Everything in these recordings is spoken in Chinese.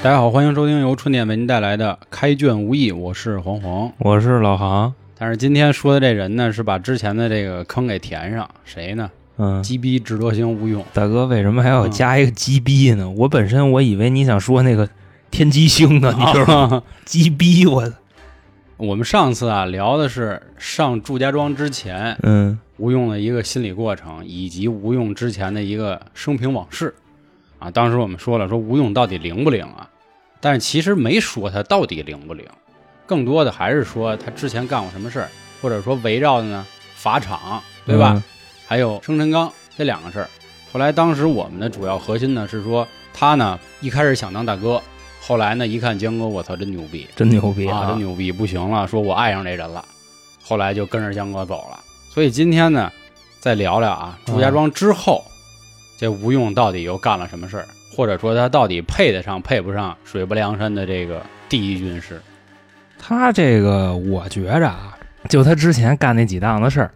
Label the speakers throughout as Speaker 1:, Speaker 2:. Speaker 1: 大家好，欢迎收听由春点为您带来的《开卷无益》，我是黄黄。
Speaker 2: 我是老航，
Speaker 1: 但是今天说的这人呢，是把之前的这个坑给填上，谁呢？
Speaker 2: 嗯，
Speaker 1: 鸡逼智多星吴用。
Speaker 2: 大哥，为什么还要加一个鸡逼呢？我本身我以为你想说那个天机星呢，你知道吗？
Speaker 1: 吗？
Speaker 2: 鸡逼，我的，
Speaker 1: 我们上次啊聊的是上祝家庄之前
Speaker 2: 嗯
Speaker 1: 吴用的一个心理过程，以及吴用之前的一个生平往事啊。当时我们说了，说吴用到底灵不灵啊？但是其实没说他到底灵不灵，更多的还是说他之前干过什么事儿，或者说围绕的呢法场，对吧？
Speaker 2: 嗯
Speaker 1: 还有生辰纲这两个事儿。后来当时我们的主要核心呢是说，他呢一开始想当大哥，后来呢一看江哥，我操，真牛逼
Speaker 2: 真牛逼
Speaker 1: 啊，真牛逼，不行了，说我爱上这人了，后来就跟着江哥走了。所以今天呢，再聊聊啊，祝
Speaker 2: 嗯
Speaker 1: 家庄之后，这吴用到底又干了什么事儿，或者说他到底配得上配不上水泊梁山的这个第一军师？
Speaker 2: 他这个，我觉着啊，就他之前干那几档子事儿，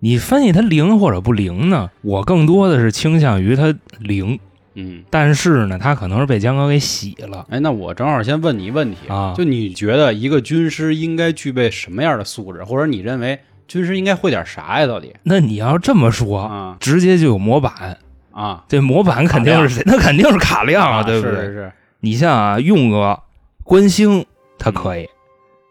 Speaker 2: 你分析他灵或者不灵呢？我更多的是倾向于他灵，
Speaker 1: 嗯，
Speaker 2: 但是呢，他可能是被江哥给洗了。
Speaker 1: 哎，那我正好先问你一问题
Speaker 2: 啊
Speaker 1: 就你觉得一个军师应该具备什么样的素质，或者你认为军师应该会点啥呀？到底
Speaker 2: 那你要这么说，
Speaker 1: 啊
Speaker 2: 直接就有模板，
Speaker 1: 啊
Speaker 2: 这模板肯定是那肯定是卡量啊，对不
Speaker 1: 是
Speaker 2: 对？
Speaker 1: 是是，
Speaker 2: 你像啊，用哥、关兴他可以，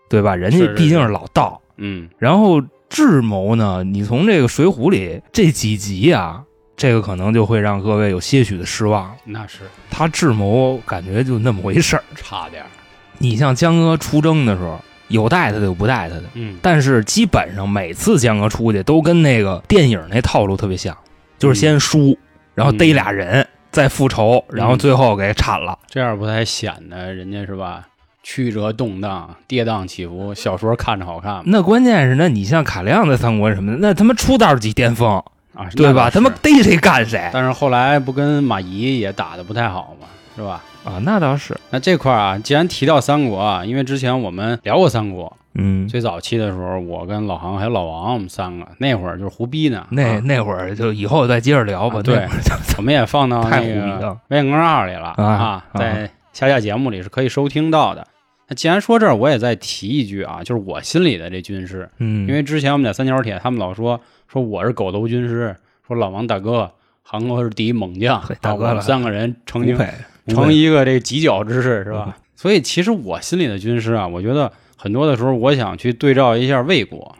Speaker 2: 对吧？人家
Speaker 1: 嗯是是
Speaker 2: 毕竟是老道。
Speaker 1: 嗯
Speaker 2: 然后智谋呢，你从这个《水浒》里这几集啊，这个可能就会让各位有些许的失望了。
Speaker 1: 那是
Speaker 2: 他智谋感觉就那么回事儿。
Speaker 1: 差点儿，
Speaker 2: 你像江哥出征的时候，有带他的有不带他的，
Speaker 1: 嗯，
Speaker 2: 但是基本上每次江哥出去都跟那个电影那套路特别像，就
Speaker 1: 嗯
Speaker 2: 是先输，然后逮俩人，再复仇，然后最后给铲了。
Speaker 1: 这样不才显得人家是吧？曲折动荡，跌宕起
Speaker 2: 嗯
Speaker 1: 伏，小说看着好看嘛
Speaker 2: 那关键是，那你像卡亮在三国什么的，那他妈出道即巅峰，
Speaker 1: 啊，那
Speaker 2: 对
Speaker 1: 倒
Speaker 2: 吧？
Speaker 1: 是
Speaker 2: 他妈逮谁干谁
Speaker 1: 但是后来不跟马懿也打得不太好嘛，是吧？
Speaker 2: 啊！那倒是，
Speaker 1: 那这块儿啊，既然提到三国啊，因为之前我们聊过三国，
Speaker 2: 嗯，
Speaker 1: 最早期的时候，我跟老航还有老王，我们三个那会儿就是胡逼呢，
Speaker 2: 那
Speaker 1: 啊
Speaker 2: 那会儿就以后再接着聊吧。
Speaker 1: 啊对
Speaker 2: 那会儿就
Speaker 1: 我们也放到那
Speaker 2: 太胡逼
Speaker 1: 个
Speaker 2: 了
Speaker 1: 微信公众号里了
Speaker 2: 啊
Speaker 1: 啊
Speaker 2: 啊，
Speaker 1: 在下架节目里是可以收听到的。那既然说这儿，我也再提一句啊，就是我心里的这军师，
Speaker 2: 嗯，
Speaker 1: 因为之前我们在三角铁，他们老说说我是狗头军师，说老王大哥，韩国是第一猛将
Speaker 2: 嘿，大
Speaker 1: 啊
Speaker 2: 哥
Speaker 1: 我们
Speaker 2: 了
Speaker 1: 三个人曾经
Speaker 2: 吴佩
Speaker 1: 成一个这犄角之势，是吧？所以其实我心里的军师啊，我觉得很多的时候，我想去对照一下魏国，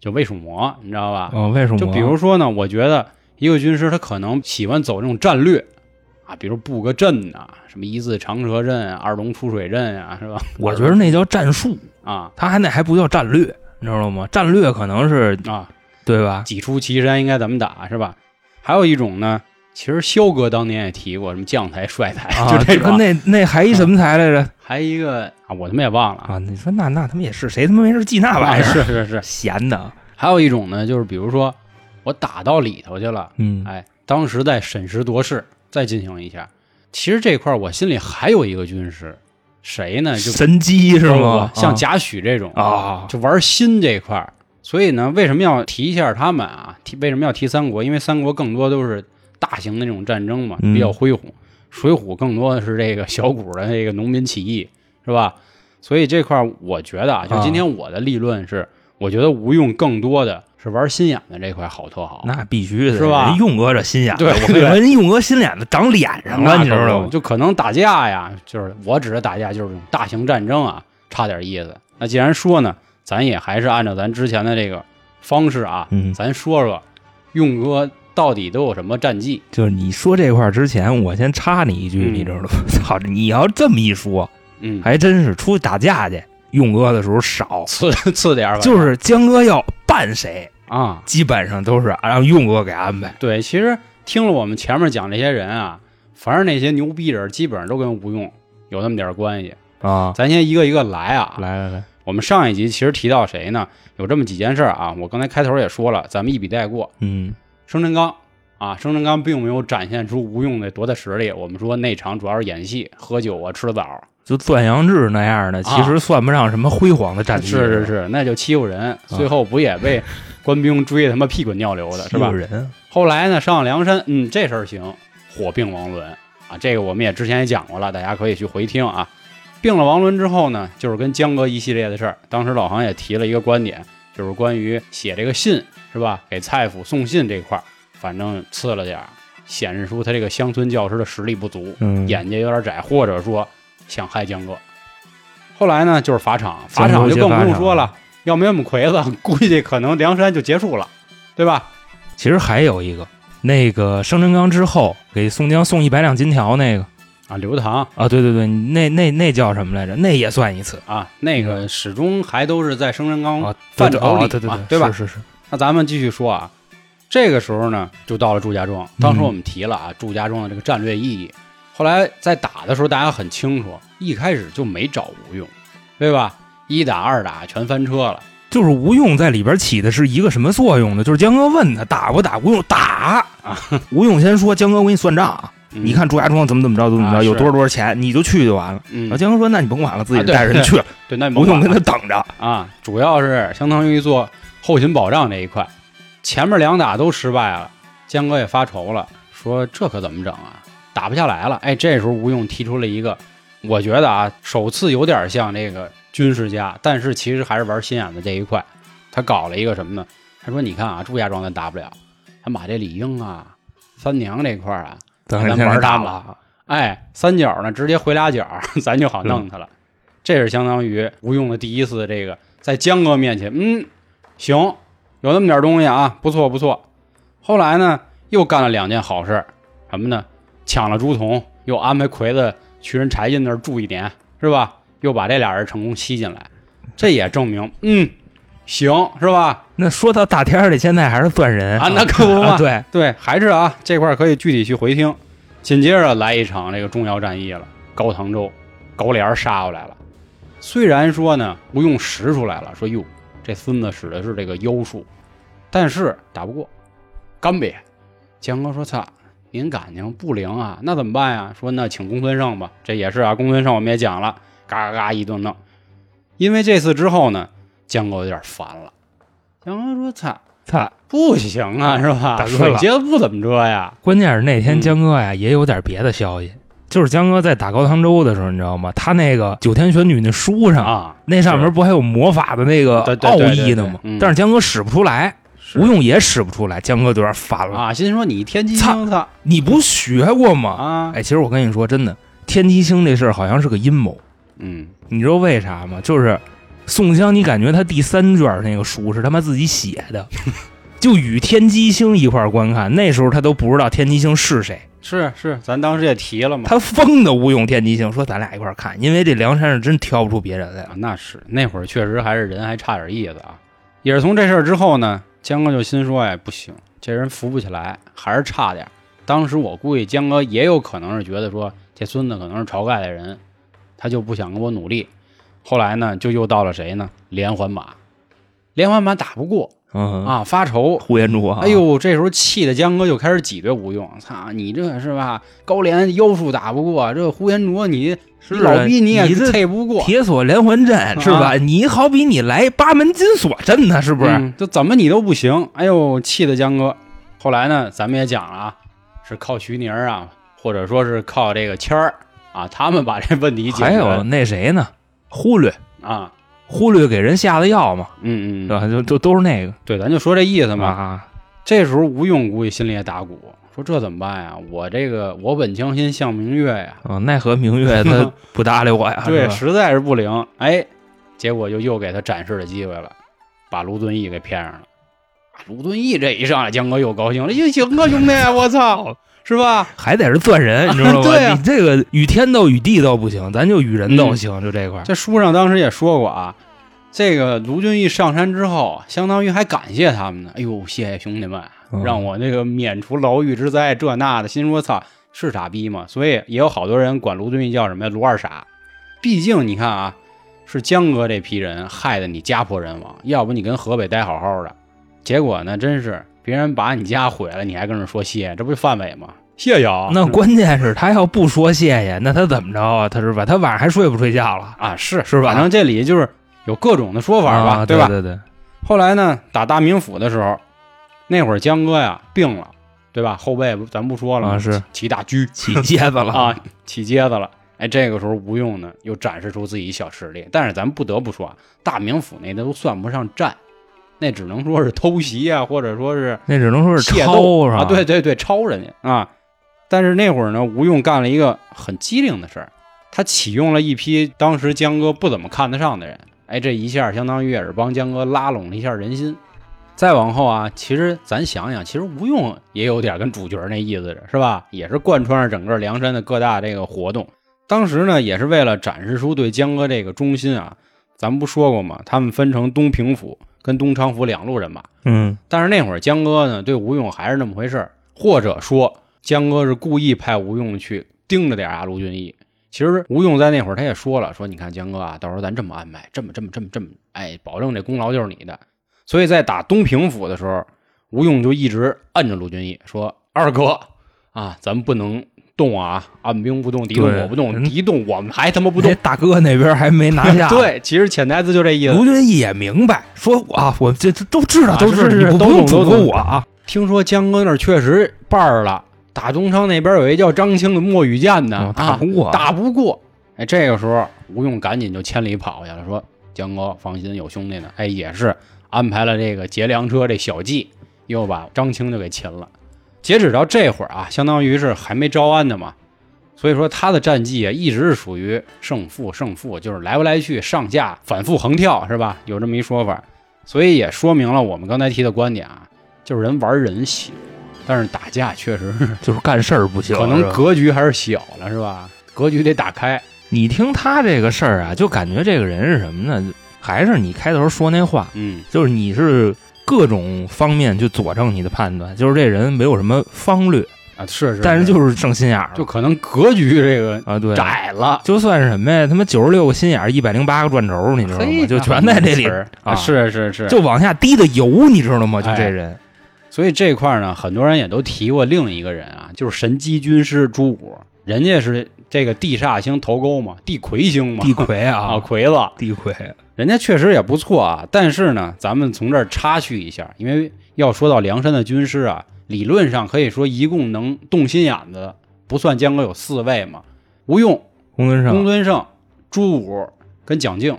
Speaker 1: 就魏蜀魔，你知道吧？
Speaker 2: 哦，为什么？
Speaker 1: 就比如说呢，我觉得一个军师他可能喜欢走这种战略啊，比如布个阵呐、什么一字长蛇阵、啊二龙出水阵啊，是吧？
Speaker 2: 我觉得那叫战术，
Speaker 1: 啊
Speaker 2: 他还那还不叫战略，你知道吗？战略可能是
Speaker 1: 啊，
Speaker 2: 对吧？
Speaker 1: 几出祁山应该怎么打，是吧？还有一种呢，其实肖哥当年也提过什么将才、帅才，
Speaker 2: 啊，
Speaker 1: 就这种啊
Speaker 2: 跟。那那还一什么才来着
Speaker 1: 还一个啊，我他妈也忘了
Speaker 2: 啊？你说那那他妈也是，谁他妈没事记那玩意
Speaker 1: 哎 是
Speaker 2: 儿？
Speaker 1: 是是，
Speaker 2: 闲的，
Speaker 1: 还有一种呢，就是比如说我打到里头去了，
Speaker 2: 嗯
Speaker 1: 哎，当时再审时度势，再进行一下。其实这块儿我心里还有一个军师，谁呢？就
Speaker 2: 神机是
Speaker 1: 包括
Speaker 2: 吗？
Speaker 1: 像
Speaker 2: 啊
Speaker 1: 贾诩这种
Speaker 2: 啊
Speaker 1: 就玩心这块儿。所以呢，为什么要提一下他们啊？提为什么要提三国？因为三国更多都是大型的那种战争嘛，
Speaker 2: 嗯
Speaker 1: 比较恢宏；水浒更多的是这个小股的这个农民起义，是吧？所以这块儿我觉得啊，就
Speaker 2: 啊
Speaker 1: 今天我的立论是，我觉得吴用更多的是玩心眼的这块好特好，
Speaker 2: 那必须的
Speaker 1: 是吧
Speaker 2: 人用哥这心眼 子，
Speaker 1: 对
Speaker 2: 我跟
Speaker 1: 对
Speaker 2: 人用哥心眼子长脸上啊
Speaker 1: 那
Speaker 2: 了，你知
Speaker 1: 可
Speaker 2: 道
Speaker 1: 不
Speaker 2: 吗？
Speaker 1: 就可能打架呀，就是我指的打架就是这种大型战争啊，差点意思。那既然说呢，咱也还是按照咱之前的这个方式啊，
Speaker 2: 嗯
Speaker 1: 咱说说用哥到底都有什么战绩？
Speaker 2: 就是你说这块儿之前，我先插你一句，
Speaker 1: 嗯
Speaker 2: 你知道吗？ 操，你要这么一说，
Speaker 1: 嗯，
Speaker 2: 还真是出去打架去，用哥的时候少，
Speaker 1: 次次点儿吧，
Speaker 2: 就是江哥要办谁，
Speaker 1: 啊，
Speaker 2: 基本上都是啊让用哥给安排。
Speaker 1: 对，其实听了我们前面讲这些人啊，凡是那些牛逼人，基本上都跟吴用有那么点儿关系。
Speaker 2: 啊，
Speaker 1: 咱先一个一个来啊，
Speaker 2: 来来来，
Speaker 1: 我们上一集其实提到谁呢？有这么几件事儿啊，我刚才开头也说了，咱们一笔带过。
Speaker 2: 嗯，
Speaker 1: 生辰纲啊，生辰纲并没有展现出吴用的多大实力。我们说那场主要是演戏、喝酒啊、吃枣，
Speaker 2: 就段阳志那样的，其实算不上什么辉煌的战绩，
Speaker 1: 是是是，那就欺负人，最后不也被官兵追得他妈屁滚尿流的，是
Speaker 2: 欺
Speaker 1: 吧
Speaker 2: 负？人
Speaker 1: 后来呢，上了梁山，嗯，这事儿行，火并王伦啊，这个我们也之前也讲过了，大家可以去回听啊。并了王伦之后呢，就是跟江哥一系列的事儿。当时老杭也提了一个观点，就是关于写这个信是吧，给蔡府送信这块儿，反正次了点儿，显示出他这个乡村教师的实力不足，
Speaker 2: 嗯，
Speaker 1: 眼界有点窄，或者说想害江哥。后来呢，就是法场，法
Speaker 2: 江哥
Speaker 1: 场就
Speaker 2: 接
Speaker 1: 更
Speaker 2: 法
Speaker 1: 不用
Speaker 2: 场啊
Speaker 1: 说了，要没有我们魁子， 估计可能梁山就结束了，对吧？
Speaker 2: 其实还有一个，那个生辰纲之后给宋江送一百两金条那个
Speaker 1: 啊，刘唐
Speaker 2: 啊，对对对，那那那叫什么来着？那也算一次
Speaker 1: 啊，那个始终还都是在生辰纲
Speaker 2: 啊，
Speaker 1: 范畴里
Speaker 2: 嗯哦对对
Speaker 1: 嘛对
Speaker 2: 对
Speaker 1: 吧
Speaker 2: 是是是，
Speaker 1: 那咱们继续说啊，这个时候呢，就到了祝家庄。当时
Speaker 2: 嗯
Speaker 1: 我们提了啊，祝家庄的这个战略意义。后来在打的时候，大家很清楚，一开始就没找吴用，对吧？一打二打全翻车了。
Speaker 2: 就是吴用在里边起的是一个什么作用呢？就是江哥问他打不打，吴用打
Speaker 1: 啊。
Speaker 2: 吴用先说：“江哥，我给你算账啊，
Speaker 1: 嗯
Speaker 2: 你，看祝家庄怎么怎么着，怎么怎么
Speaker 1: 啊
Speaker 2: 着，有
Speaker 1: 是
Speaker 2: 多少多少钱，你就去就完了。”然
Speaker 1: 嗯
Speaker 2: 后，江哥说：“那你甭管了，自己
Speaker 1: 啊对
Speaker 2: 带人 去了。
Speaker 1: 对，那
Speaker 2: 吴
Speaker 1: 不用
Speaker 2: 用跟他等着。
Speaker 1: 啊，主要是相当于做后勤保障这一块。前面两打都失败了，江哥也发愁了，说这可怎么整啊？打不下来了。哎，这时候吴用提出了一个，我觉得啊，首次有点像这个军事家，但是其实还是玩心眼的这一块。他搞了一个什么呢？他说：“你看啊，祝家庄咱打不了，咱把这李英啊、三娘这块儿啊，
Speaker 2: 咱
Speaker 1: 咱
Speaker 2: 先
Speaker 1: 玩
Speaker 2: 给
Speaker 1: 他
Speaker 2: 打
Speaker 1: 们
Speaker 2: 了，
Speaker 1: 哎，三角呢直接回俩角儿，咱就
Speaker 2: 嗯
Speaker 1: 好弄他了。这是相当于吴用的第一次这个在江哥面前，嗯，行，有那么点东西啊，不错不错。后来呢，又干了两件好事儿，什么呢？抢了朱仝，又安排魁子去人柴进那儿住一年，是吧？又把这俩人成功吸进来，这也证明，嗯，行，是吧？
Speaker 2: 那说到大天儿里，现在还是算人
Speaker 1: 啊，那可不嘛
Speaker 2: 啊，，对，
Speaker 1: 对，还是啊，这块儿可以具体去回听。紧接着来一场这个重要战役了，高唐州，高廉儿杀过来了。虽然说呢，吴用识出来了，说哟，这孙子使的是这个妖术，但是打不过，干瘪。江哥说：“操，您感情不灵啊？那怎么办呀？”说：“那请公孙胜吧。”这也是啊，公孙胜我们也讲了，嘎嘎嘎一顿弄。因为这次之后呢，江哥有点烦了。江哥说：“操，
Speaker 2: 操！
Speaker 1: 不行啊，是吧？
Speaker 2: 大哥
Speaker 1: 水
Speaker 2: 了
Speaker 1: 节不怎么着呀，
Speaker 2: 关键是那
Speaker 1: 嗯
Speaker 2: 天江哥呀、也有点别的消息，就是江哥在打高唐州的时候，你知道吗？他那个九天玄女那书上，
Speaker 1: 啊，
Speaker 2: 那上面不还有魔法的那个
Speaker 1: 呃对对
Speaker 2: 奥
Speaker 1: 对对
Speaker 2: 义呢
Speaker 1: 对
Speaker 2: 吗？
Speaker 1: 嗯
Speaker 2: 但是江哥使不出来，
Speaker 1: 是
Speaker 2: 吴用也使不出来，江哥有点烦了。
Speaker 1: 啊，心说你天机
Speaker 2: 操
Speaker 1: 星他
Speaker 2: 你不学过吗？
Speaker 1: 啊，
Speaker 2: 哎，其实我跟你说，真的，天机星这事儿好像是个阴谋，
Speaker 1: 嗯，
Speaker 2: 你知道为啥吗？就是宋江，你感觉他第三卷那个书是他妈自己写 的，就与天机星一块儿观看，那时候他都不知道天机星是谁。
Speaker 1: 是是，咱当时也提了嘛，
Speaker 2: 他疯的吴用天机星说咱俩一块儿看，因为这梁山是真挑不出别人来了
Speaker 1: 啊。那是那会儿确实还是人还差点意思啊。也是从这事儿之后呢，江哥就心说，哎，不行，这人扶不起来，还是差点儿。当时我估计江哥也有可能是觉得说，这孙子可能是晁盖的人，他就不想跟我努力。后来呢，就又到了谁呢？连环马，连环马打不过
Speaker 2: 嗯，
Speaker 1: 啊，发愁，
Speaker 2: 呼延灼啊，
Speaker 1: 哎，呦，这时候气的江哥就开始挤兑吴用，操你这是吧？高廉妖术打不过，这呼延灼你
Speaker 2: 是
Speaker 1: 你
Speaker 2: 啊
Speaker 1: 老逼你也
Speaker 2: 你这
Speaker 1: 配不过，
Speaker 2: 铁锁连环
Speaker 1: 啊
Speaker 2: 阵是吧？你好比你来八门金锁阵呢，是不是？
Speaker 1: 嗯就怎么你都不行。哎呦，气的江哥。后来呢，咱们也讲了啊，是靠徐宁儿啊，或者说是靠这个谦儿啊，他们把这问题解
Speaker 2: 还
Speaker 1: 决
Speaker 2: 有
Speaker 1: 了
Speaker 2: 那谁呢？忽略
Speaker 1: 啊，
Speaker 2: 忽略给人下的药嘛，
Speaker 1: 嗯
Speaker 2: 对
Speaker 1: 嗯，
Speaker 2: 吧？就就都是那个
Speaker 1: 对，咱就说这意思嘛。
Speaker 2: 啊，
Speaker 1: 这时候吴用估计心里也打鼓，说这怎么办呀？我这个我本将心向明月呀，
Speaker 2: 嗯，奈何明月他 不搭理我呀，
Speaker 1: 啊对，
Speaker 2: 啊是吧
Speaker 1: 实在是不灵。哎，结果就又给他展示的机会了，把卢俊义给骗上了。啊卢俊义这一上来，江哥又高兴 了，行行啊，兄弟，我操，是吧？
Speaker 2: 还得是钻人，你知 道吗？
Speaker 1: 对啊
Speaker 2: 你这个与天斗与地斗不行，咱就与人斗行，就这块儿。
Speaker 1: 嗯这书上当时也说过啊，这个卢俊义上山之后，相当于还感谢他们呢。哎呦，谢谢兄弟们，
Speaker 2: 嗯
Speaker 1: 让我那个免除牢狱之灾，这那的。心说操，是傻逼吗？所以也有好多人管卢俊义叫什么呀？卢二傻。毕竟你看啊，是江哥这批人害得你家破人亡，要不你跟河北待好好的，结果呢，真是别人把你家毁了，你还跟着说谢，这不就范伟吗？谢谢啊，
Speaker 2: 那关键是他要不说谢谢，那他怎么着啊？他是吧？他晚上还睡不睡觉了？
Speaker 1: 啊是
Speaker 2: 是吧
Speaker 1: 反正这里就是有各种的说法吧，
Speaker 2: 啊
Speaker 1: 对
Speaker 2: 对
Speaker 1: 吧？
Speaker 2: 对对，
Speaker 1: 后来呢，打大名府的时候，那会儿江哥呀病了，对吧？后背咱不说了吗
Speaker 2: 啊是
Speaker 1: 起起大狙
Speaker 2: 起疖子了
Speaker 1: 啊，起疖子了。哎，这个时候吴用呢又展示出自己小实力，但是咱不得不说啊，大名府那都算不上战，那只能说是偷袭啊，或者说是
Speaker 2: 那只能说是
Speaker 1: 械
Speaker 2: 抄
Speaker 1: 斗
Speaker 2: 是吧？
Speaker 1: 啊，对，对对，抄人家啊。但是那会儿呢，吴用干了一个很机灵的事儿，他启用了一批当时江哥不怎么看得上的人，哎，这一下相当于也是帮江哥拉拢了一下人心。再往后啊，其实咱想想，其实吴用也有点跟主角那意思似的，是吧？也是贯穿着整个梁山的各大这个活动。当时呢，也是为了展示出对江哥这个忠心啊。咱们不说过吗？他们分成东平府跟东昌府两路人马，
Speaker 2: 嗯，
Speaker 1: 但是那会儿江哥呢，对吴用还是那么回事儿，或者说江哥是故意派吴用去盯着点儿啊卢俊义。其实吴用在那会儿他也说了，说你看江哥啊，到时候咱这么安排，这么这么这么这么，哎，保证这功劳就是你的。所以在打东平府的时候，吴用就一直摁着卢俊义说：“二哥啊，咱们不能动啊，按兵不动，敌动
Speaker 2: 对
Speaker 1: 我不动，
Speaker 2: 人
Speaker 1: 敌动我们还他妈不
Speaker 2: 那
Speaker 1: 动。
Speaker 2: 大哥嗯那边 还没拿下，，
Speaker 1: 对，其实潜台词就这意思。
Speaker 2: 卢俊义也明白，说啊，我这这都知道，
Speaker 1: 啊
Speaker 2: 都知
Speaker 1: 是
Speaker 2: 道，
Speaker 1: 是
Speaker 2: 你不
Speaker 1: 都
Speaker 2: 不
Speaker 1: 懂
Speaker 2: 用嘱
Speaker 1: 都
Speaker 2: 咐
Speaker 1: 懂
Speaker 2: 我啊。
Speaker 1: 听说江哥那儿确实伴儿了，打东昌那边有一叫张青的墨雨剑呢，啊
Speaker 2: 嗯打不过
Speaker 1: 打不过。哎，这个时候吴用赶紧就千里跑去了，说：“江哥放心，有兄弟呢。”哎，也是安排了这个劫粮车这小计，又把张青就给擒了。截止到这会儿啊，相当于是还没招安呢嘛，所以说他的战绩啊，一直是属于胜负胜负，就是来不来去，上下反复横跳，是吧？有这么一说法，所以也说明了我们刚才提的观点啊，就是人玩人行，但是打架确实是
Speaker 2: 就是干事儿不行，
Speaker 1: 可
Speaker 2: 是吧
Speaker 1: 能格局还是小了，是吧？格局得打开，
Speaker 2: 你听他这个事儿啊，就感觉这个人是什么呢？还是你开头说那话，
Speaker 1: 嗯，
Speaker 2: 就是你是各种方面去佐证你的判断，就是这人没有什么方略，
Speaker 1: 啊，是是，
Speaker 2: 但是就是剩心眼儿了，
Speaker 1: 就可能格局这个
Speaker 2: 啊对，
Speaker 1: 窄了，
Speaker 2: 就算是什么呀，他妈九十六个心眼儿，一百零八个转轴，你知道吗？
Speaker 1: 嘿，
Speaker 2: 就全在这里
Speaker 1: 那，词儿
Speaker 2: 啊
Speaker 1: 啊是是是，
Speaker 2: 就往下滴的油，你知道吗？就
Speaker 1: 哎
Speaker 2: 这人，
Speaker 1: 所以这块儿呢，很多人也都提过另一个人啊，就是神机军师朱武，人家是这个地煞星头钩嘛，地魁星嘛，
Speaker 2: 地 魁
Speaker 1: 啊
Speaker 2: 啊，
Speaker 1: 魁子，
Speaker 2: 地魁，
Speaker 1: 人家确实也不错啊。但是呢，咱们从这儿插叙一下，因为要说到梁山的军师啊，理论上可以说一共能动心眼子的，不算江哥有四位嘛，吴用、
Speaker 2: 公孙
Speaker 1: 公
Speaker 2: 胜，
Speaker 1: 孙胜、朱武跟蒋敬，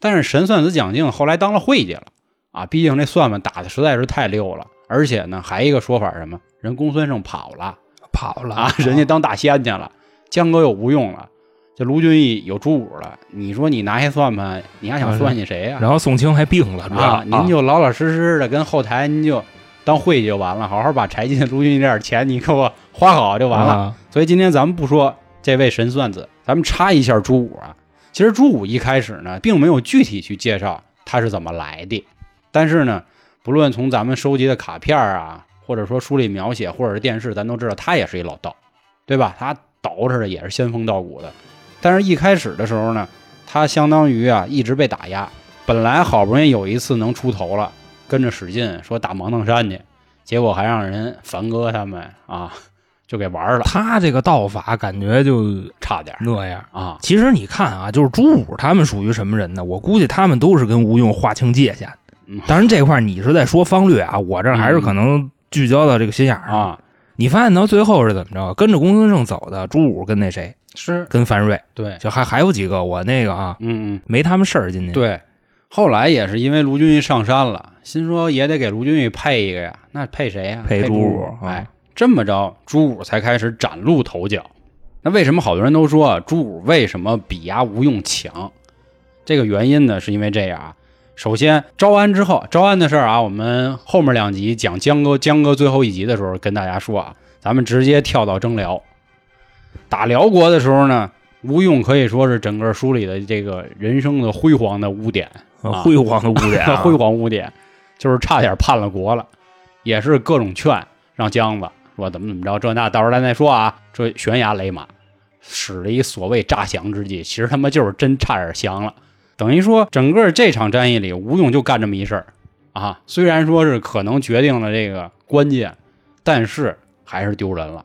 Speaker 1: 但是神算子蒋敬后来当了会计了啊，毕竟这算盘打的实在是太溜了。而且呢，还一个说法是什么，人公孙胜跑了
Speaker 2: 跑了
Speaker 1: 啊，人家当大仙去了，江哥又无用了，这卢俊义有朱武了，你说你拿下算盘，你还想算计谁呀、
Speaker 2: 然后宋清还病了，主要
Speaker 1: 啊，您就老老实实的跟后台您就当会计就完了，好好把柴进、卢俊义这点钱你给我花好就完了。
Speaker 2: 啊
Speaker 1: 所以今天咱们不说这位神算子，咱们插一下朱武啊。其实朱武一开始呢，并没有具体去介绍他是怎么来的，但是呢，不论从咱们收集的卡片啊，或者说书里描写，或者是电视，咱都知道他也是一老道，对吧？他捯饬的也是仙风道骨的。但是，一开始的时候呢，他相当于啊一直被打压。本来好不容易有一次能出头了，跟着史进说打芒砀山去，结果还让人凡哥他们啊就给玩了，
Speaker 2: 他这个道法感觉就
Speaker 1: 差点儿
Speaker 2: 那样。
Speaker 1: 啊，
Speaker 2: 其实你看啊，就是朱武他们属于什么人呢？我估计他们都是跟吴用划清界限
Speaker 1: 嗯。
Speaker 2: 当然这块儿你是在说方略啊，我这儿还是可能聚焦到这个心眼儿上。
Speaker 1: 啊，
Speaker 2: 你发现到最后是怎么着？跟着公孙胜走的朱武跟那谁，
Speaker 1: 是
Speaker 2: 跟樊瑞，
Speaker 1: 对，
Speaker 2: 就还还有几个我那个啊，
Speaker 1: 嗯嗯，
Speaker 2: 没他们事儿进去。，
Speaker 1: 对。后来也是因为卢俊义上山了，心说也得给卢俊义配一个呀，那配谁呀？
Speaker 2: 配
Speaker 1: 配
Speaker 2: 朱
Speaker 1: 武
Speaker 2: 武，
Speaker 1: 哎
Speaker 2: 啊，
Speaker 1: 这么着，朱武才开始崭露头角。那为什么好多人都说啊朱武为什么比牙吴用强？这个原因呢，是因为这样啊。首先，招安之后，招安的事儿啊，我们后面两集讲江哥江哥最后一集的时候跟大家说啊，咱们直接跳到征辽。打辽国的时候呢，吴用可以说是整个书里的这个人生的辉煌的污点，啊
Speaker 2: 辉煌的 污点啊，
Speaker 1: 辉煌污点，就是差点叛了国了，也是各种劝，让姜子说怎么怎么着，这那到时候咱再说啊。这悬崖勒马，使了一所谓诈降之计，其实他妈就是真差点降了。等于说，整个这场战役里，吴用就干这么一事儿啊。虽然说是可能决定了这个关键，但是还是丢人了。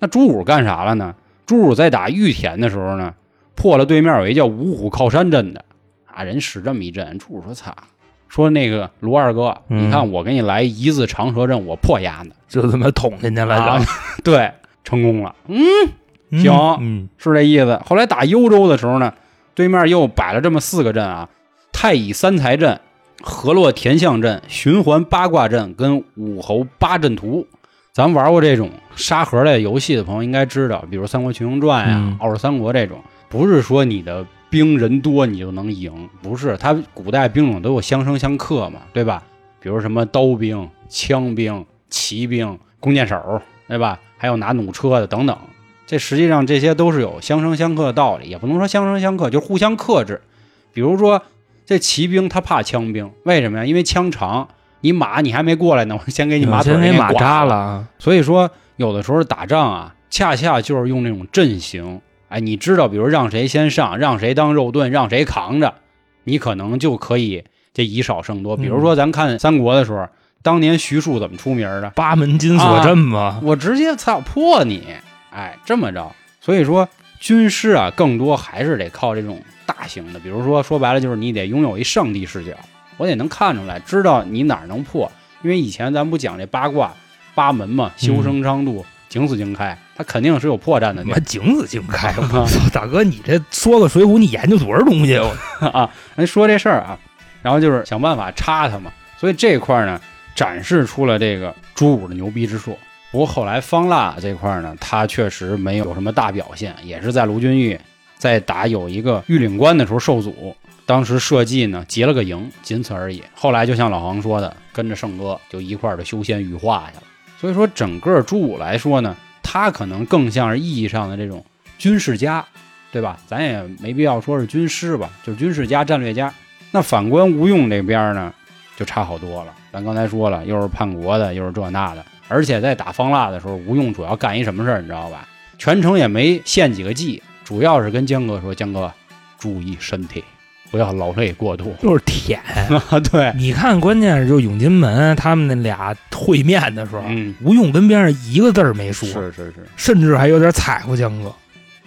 Speaker 1: 那朱武干啥了呢？朱武在打玉田的时候呢，破了对面有一叫五虎靠山阵的啊，人使这么一阵，朱武说：“操，说那个卢二哥，
Speaker 2: 嗯
Speaker 1: 你看我给你来一字长蛇阵，我破鸭子，
Speaker 2: 就这么捅进去
Speaker 1: 啊
Speaker 2: 了，就、
Speaker 1: 对，成功了，
Speaker 2: 嗯
Speaker 1: 行
Speaker 2: 嗯，
Speaker 1: 是这意思。后来打幽州的时候呢，对面又摆了这么四个阵啊：太乙三才阵、河洛田象阵、循环八卦阵跟武侯八阵图。咱玩过这种沙盒类游戏的朋友应该知道，比如《三国群英传》呀、
Speaker 2: 嗯
Speaker 1: 《傲视三国》这种，不是说你的兵人多你就能赢，不是。它古代兵种都有相生相克嘛，对吧？比如什么刀兵、枪兵、骑兵、弓箭手，对吧？还有拿弩车的等等。这实际上这些都是有相生相克的道理，也不能说相生相克，就是互相克制。比如说这骑兵他怕枪兵，为什么呀？因为枪长，你马你还没过来呢，我先给你马腿
Speaker 2: 先
Speaker 1: 给
Speaker 2: 给马
Speaker 1: 剐
Speaker 2: 扎
Speaker 1: 了。
Speaker 2: 了啊，
Speaker 1: 所以说有的时候打仗啊，恰恰就是用这种阵型，哎，你知道，比如让谁先上，让谁当肉盾，让谁扛着，你可能就可以这以少胜多。比如说咱看三国的时候，当年徐庶怎么出名的？
Speaker 2: 八门金
Speaker 1: 啊
Speaker 2: 锁阵嘛，
Speaker 1: 我直接操破你，哎，这么着。所以说，军师啊，更多还是得靠这种大型的，比如说说白了就是你得拥有一上帝视角，我得能看出来，知道你哪儿能破。因为以前咱不讲这八卦八门嘛，修身张度、井死经开，它肯定是有破绽的
Speaker 2: 什
Speaker 1: 地
Speaker 2: 么井子井 开，我
Speaker 1: 方
Speaker 2: 操，大哥，你这说个《水浒》，你研究多少东 西？我
Speaker 1: 啊。人说这事儿啊，然后就是想办法插他嘛。所以这一块儿呢，展示出了这个朱武的牛逼之处。不过后来方腊这块儿呢，他确实没有什么大表现，也是在卢俊义在打有一个玉岭关的时候受阻，当时设计呢结了个营，仅此而已。后来就像老黄说的，跟着圣哥就一块儿的修仙羽化去了。所以说，整个朱武来说呢，他可能更像是意义上的这种军事家，对吧？咱也没必要说是军师吧，就是军事家、战略家。那反观吴用这边呢，就差好多了。咱刚才说了，又是叛国的，又是这那的，而且在打方腊的时候，吴用主要干一什么事儿，你知道吧？全程也没献几个计，主要是跟江哥说：“江哥，注意身体，不要劳累过度。
Speaker 2: 就是舔。
Speaker 1: 啊” 对，
Speaker 2: 你看，关键是就永金门他们那俩会面的时候，
Speaker 1: 嗯，
Speaker 2: 吴用跟边上一个字儿没说，
Speaker 1: 是是是，
Speaker 2: 甚至还有点踩过江哥，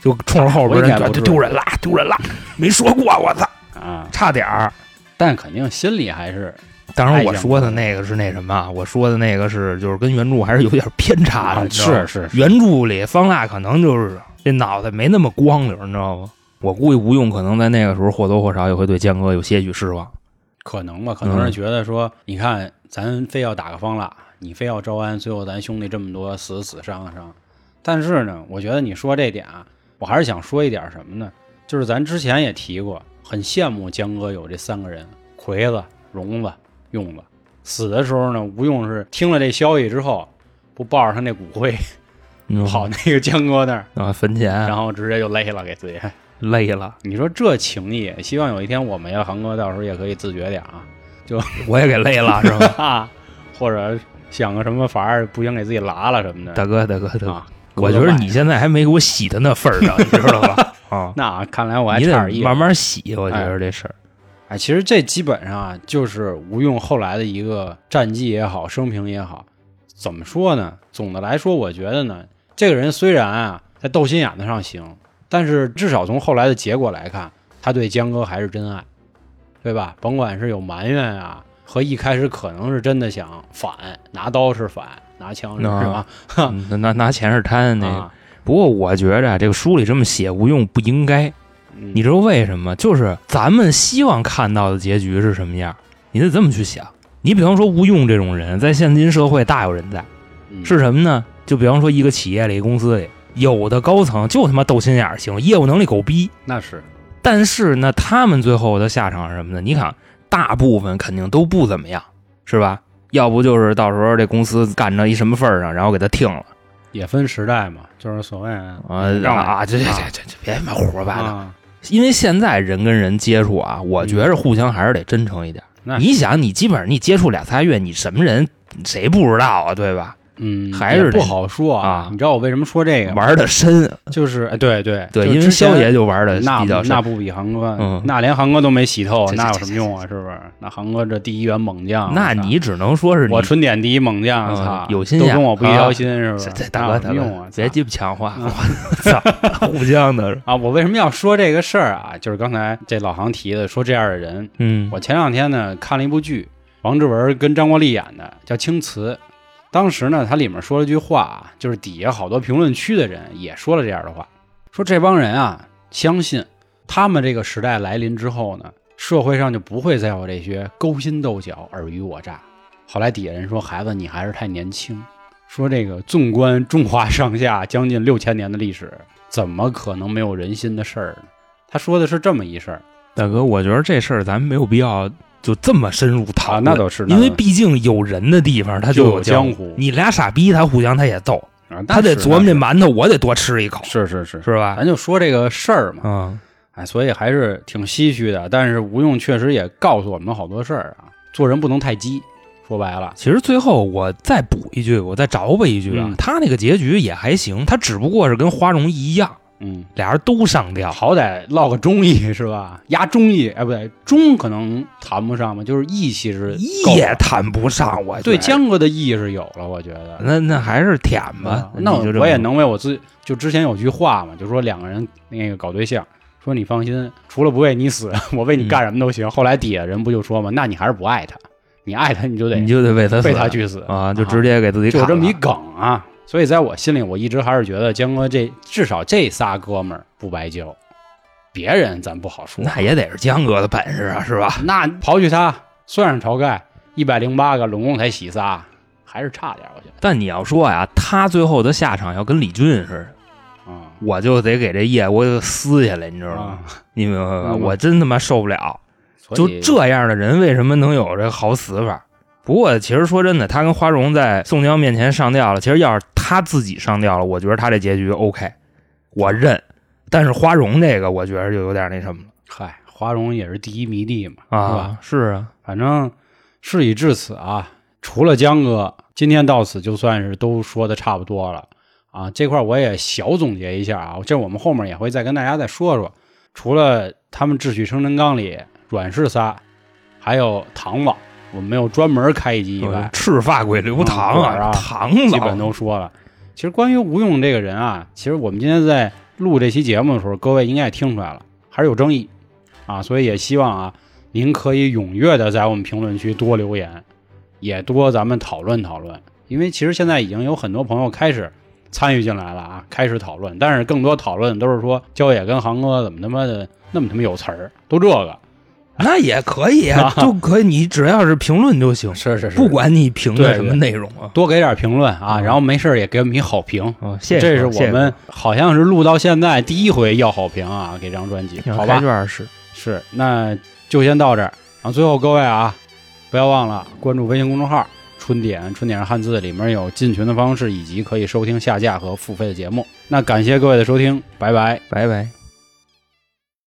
Speaker 2: 就冲着后边
Speaker 1: 我一点
Speaker 2: 人
Speaker 1: 不知
Speaker 2: 就
Speaker 1: 道
Speaker 2: 丢人啦，丢人啦，没说过，我操，
Speaker 1: 啊，
Speaker 2: 差点儿。
Speaker 1: 但肯定心里还是
Speaker 2: 当然，我说的那个是那什么啊，我说的那个是就是跟原著还是有点偏差的，
Speaker 1: 啊
Speaker 2: 你知道吗
Speaker 1: 是是是，
Speaker 2: 原著里方腊可能就是这脑袋没那么光溜，你知道吗？我估计吴用可能在那个时候或多或少也会对江哥有些许失望。
Speaker 1: 可能吧，可能是觉得说，你看咱非要打个方腊，你非要招安，最后咱兄弟这么多死死伤伤。但是呢，我觉得你说这点啊，我还是想说一点什么呢？就是咱之前也提过，很羡慕江哥有这三个人：魁子、荣子、用子。死的时候呢，吴用是听了这消息之后，不抱着他那骨灰
Speaker 2: 嗯
Speaker 1: 跑那个江哥那儿，
Speaker 2: 啊，坟前
Speaker 1: 然后直接就勒了给自己。
Speaker 2: 累了，
Speaker 1: 你说这情谊，希望有一天我们呀，航哥到时候也可以自觉点啊。
Speaker 2: 我也给累了，是 吧？
Speaker 1: 啊，或者想个什么法儿，不行给自己拉了什么的
Speaker 2: 大哥，大哥，大哥，
Speaker 1: 啊。
Speaker 2: 我觉得你现在还没给我洗的那份儿上，你知道 吧？啊，
Speaker 1: 那看来我还
Speaker 2: 你
Speaker 1: 差点意
Speaker 2: 得
Speaker 1: 思
Speaker 2: 慢。慢洗，我觉得这事儿。
Speaker 1: 哎，其实这基本上啊，就是吴用后来的一个战绩也好，生平也好，怎么说呢？总的来说，我觉得呢，这个人虽然啊在斗心眼子上行，但是至少从后来的结果来看，他对江哥还是真爱，对吧？甭管是有埋怨啊，和一开始可能是真的想反，拿刀是反，拿枪是
Speaker 2: 啊
Speaker 1: 是吧？
Speaker 2: 嗯拿拿钱是贪那个。
Speaker 1: 啊，
Speaker 2: 不过我觉着啊这个书里这么写，吴用不应该。
Speaker 1: 嗯
Speaker 2: 你知道为什么？就是咱们希望看到的结局是什么样，你得这么去想。你比方说吴用这种人，在现今社会大有人在，
Speaker 1: 嗯
Speaker 2: 是什么呢？就比方说一个企业里、公司里，有的高层就他妈斗心眼儿行，业务能力狗逼，
Speaker 1: 那是
Speaker 2: 但是呢，他们最后的下场是什么呢？你看，大部分肯定都不怎么样，是吧？要不就是到时候这公司干到一什么份儿上，然后给他听了
Speaker 1: 也分时代嘛，就是所谓
Speaker 2: 啊
Speaker 1: 让
Speaker 2: 啊！这这这
Speaker 1: 啊
Speaker 2: 这这别他妈胡说八道！
Speaker 1: 啊，嗯
Speaker 2: 因为现在人跟人接触啊，我觉着互相还是得真诚一点。
Speaker 1: 那
Speaker 2: 你想，你基本上你接触俩仨月，你什么人谁不知道啊？对吧？
Speaker 1: 嗯，
Speaker 2: 还是
Speaker 1: 也
Speaker 2: 得
Speaker 1: 不好说
Speaker 2: 啊
Speaker 1: 你知道我为什么说这个吗？
Speaker 2: 玩的深，
Speaker 1: 就是哎对对
Speaker 2: 对，
Speaker 1: 就
Speaker 2: 因为
Speaker 1: 之前
Speaker 2: 肖爷就玩的
Speaker 1: 那
Speaker 2: 比较
Speaker 1: 不
Speaker 2: 深
Speaker 1: 那，不比航哥，
Speaker 2: 嗯
Speaker 1: 那连航哥都没洗透，
Speaker 2: 这
Speaker 1: 那有
Speaker 2: 这
Speaker 1: 什么用啊？是不是？那航哥这第一员猛将，
Speaker 2: 那
Speaker 1: 我操
Speaker 2: 你只能说是你
Speaker 1: 我春点第一猛将，
Speaker 2: 嗯
Speaker 1: 操，
Speaker 2: 有心
Speaker 1: 都
Speaker 2: 眼
Speaker 1: 跟我不一
Speaker 2: 啊
Speaker 1: 条心，是不是
Speaker 2: 这？这
Speaker 1: 那
Speaker 2: 大
Speaker 1: 有
Speaker 2: 哥
Speaker 1: 什
Speaker 2: 大
Speaker 1: 么用
Speaker 2: 哥
Speaker 1: 啊，，
Speaker 2: 别
Speaker 1: 操
Speaker 2: 鸡巴强话，我操，互 相的，
Speaker 1: 啊！我为什么要说这个事儿啊？就是刚才这老航提的，说这样的人，
Speaker 2: 嗯，
Speaker 1: 我前两天呢看了一部剧，王志文跟张国立演的，叫《青瓷》。当时呢，他里面说了句话啊，就是底下好多评论区的人也说了这样的话，说这帮人啊，相信他们这个时代来临之后呢，社会上就不会再有这些勾心斗角、尔虞我诈。后来底下人说：“孩子，你还是太年轻。”说这个纵观中华上下将近六千年的历史，怎么可能没有人心的事儿呢？他说的是这么一事儿
Speaker 2: 大哥，我觉得这事儿咱们没有必要就这么深入讨
Speaker 1: 啊，
Speaker 2: 论，
Speaker 1: 那倒是，那
Speaker 2: 因为
Speaker 1: 倒是
Speaker 2: 毕竟有人的地方，他
Speaker 1: 就有
Speaker 2: 有
Speaker 1: 江湖
Speaker 2: 湖。你俩傻逼，他互相他也斗，
Speaker 1: 啊，
Speaker 2: 他得琢磨这
Speaker 1: 嘛，
Speaker 2: 馒头，我得多吃一口，
Speaker 1: 是是是，
Speaker 2: 是吧？
Speaker 1: 咱就说这个事儿嘛，
Speaker 2: 嗯，
Speaker 1: 哎，所以还是挺唏嘘的。但是吴用确实也告诉我们好多事儿啊，做人不能太鸡。说白了，
Speaker 2: 其实最后我再补一句，我再着吧一句啊
Speaker 1: 嗯，
Speaker 2: 他那个结局也还行，他只不过是跟花荣一样，
Speaker 1: 嗯，
Speaker 2: 俩人都上吊。
Speaker 1: 好歹落个忠义是吧？压忠义，哎，不对，忠可能谈不上吧，就是义气是够
Speaker 2: 也
Speaker 1: 了
Speaker 2: 谈不上，我觉得
Speaker 1: 对江哥的义是有了，我觉得。
Speaker 2: 那那还是舔吧
Speaker 1: 啊。那
Speaker 2: 你就这
Speaker 1: 我
Speaker 2: 么
Speaker 1: 也
Speaker 2: 说
Speaker 1: 能为我自己，就之前有句话嘛，就说两个人那个搞对象，说你放心，除了不为你死， 我为
Speaker 2: 嗯
Speaker 1: 你干什么都行。后来底下人不就说嘛，那你还是不爱他，你爱他你就得
Speaker 2: 你就得为他
Speaker 1: 被
Speaker 2: 死
Speaker 1: 他去死
Speaker 2: 啊，就直接给自己
Speaker 1: 就
Speaker 2: 砍
Speaker 1: 有这么
Speaker 2: 了
Speaker 1: 一梗啊。所以在我心里，我一直还是觉得江哥这至少这仨哥们儿不白交，别人咱不好说。
Speaker 2: 那也得是江哥的本事啊，是吧？
Speaker 1: 那刨去他，算上晁盖，一百零八个，拢共才洗仨，还是差点儿，我觉啊
Speaker 2: 但你要说呀，他最后的下场要跟李俊似的，
Speaker 1: 得啊。
Speaker 2: 我就得给这夜我就撕下来，你知道吗？
Speaker 1: 啊，
Speaker 2: 你明白吧？
Speaker 1: 嗯
Speaker 2: 我真他妈受不了，就
Speaker 1: 所以
Speaker 2: 这样的人为什么能有这好死法？不过其实说真的，他跟花荣在宋江面前上吊了，其实要是他自己上吊了，我觉得他这结局 OK，我认。但是花荣这个，我觉得就有点那什么了
Speaker 1: 嗨，花荣也是第一迷弟嘛，是吧？
Speaker 2: 啊，是啊，
Speaker 1: 反正事已至此啊，除了江哥，今天到此就算是都说的差不多了啊。这块儿我也小总结一下啊，这我们后面也会再跟大家再说说。除了他们《智取生辰纲》里阮氏仨，还有唐王，我们没有专门开一集以外，
Speaker 2: 赤发鬼刘唐
Speaker 1: 嗯啊
Speaker 2: 唐
Speaker 1: 基本
Speaker 2: 老
Speaker 1: 都说了。其实关于吴用这个人啊，其实我们今天在录这期节目的时候，各位应该也听出来了，还是有争议啊，所以也希望啊，您可以踊跃的在我们评论区多留言，也多咱们讨论讨论，因为其实现在已经有很多朋友开始参与进来了啊，开始讨论，但是更多讨论都是说焦野跟航哥怎么他妈的那么他妈有词儿，都这个
Speaker 2: 那也可以 啊，
Speaker 1: 啊
Speaker 2: 就可以，你只要是评论就行，
Speaker 1: 是是
Speaker 2: 不管你评
Speaker 1: 对
Speaker 2: 论什么内容啊。
Speaker 1: 多给点评论啊，
Speaker 2: 嗯
Speaker 1: 然后没事儿也给我们一好评，
Speaker 2: 哦，谢
Speaker 1: 这是我们好像是录到现在第一回要好评啊，给这张专辑，好吧？
Speaker 2: 券是
Speaker 1: 是，那就先到这儿。然后最后各位啊，不要忘了关注微信公众号“春点”，春点是汉字，里面有进群的方式，以及可以收听下架和付费的节目。那感谢各位的收听，拜拜。
Speaker 2: 拜拜。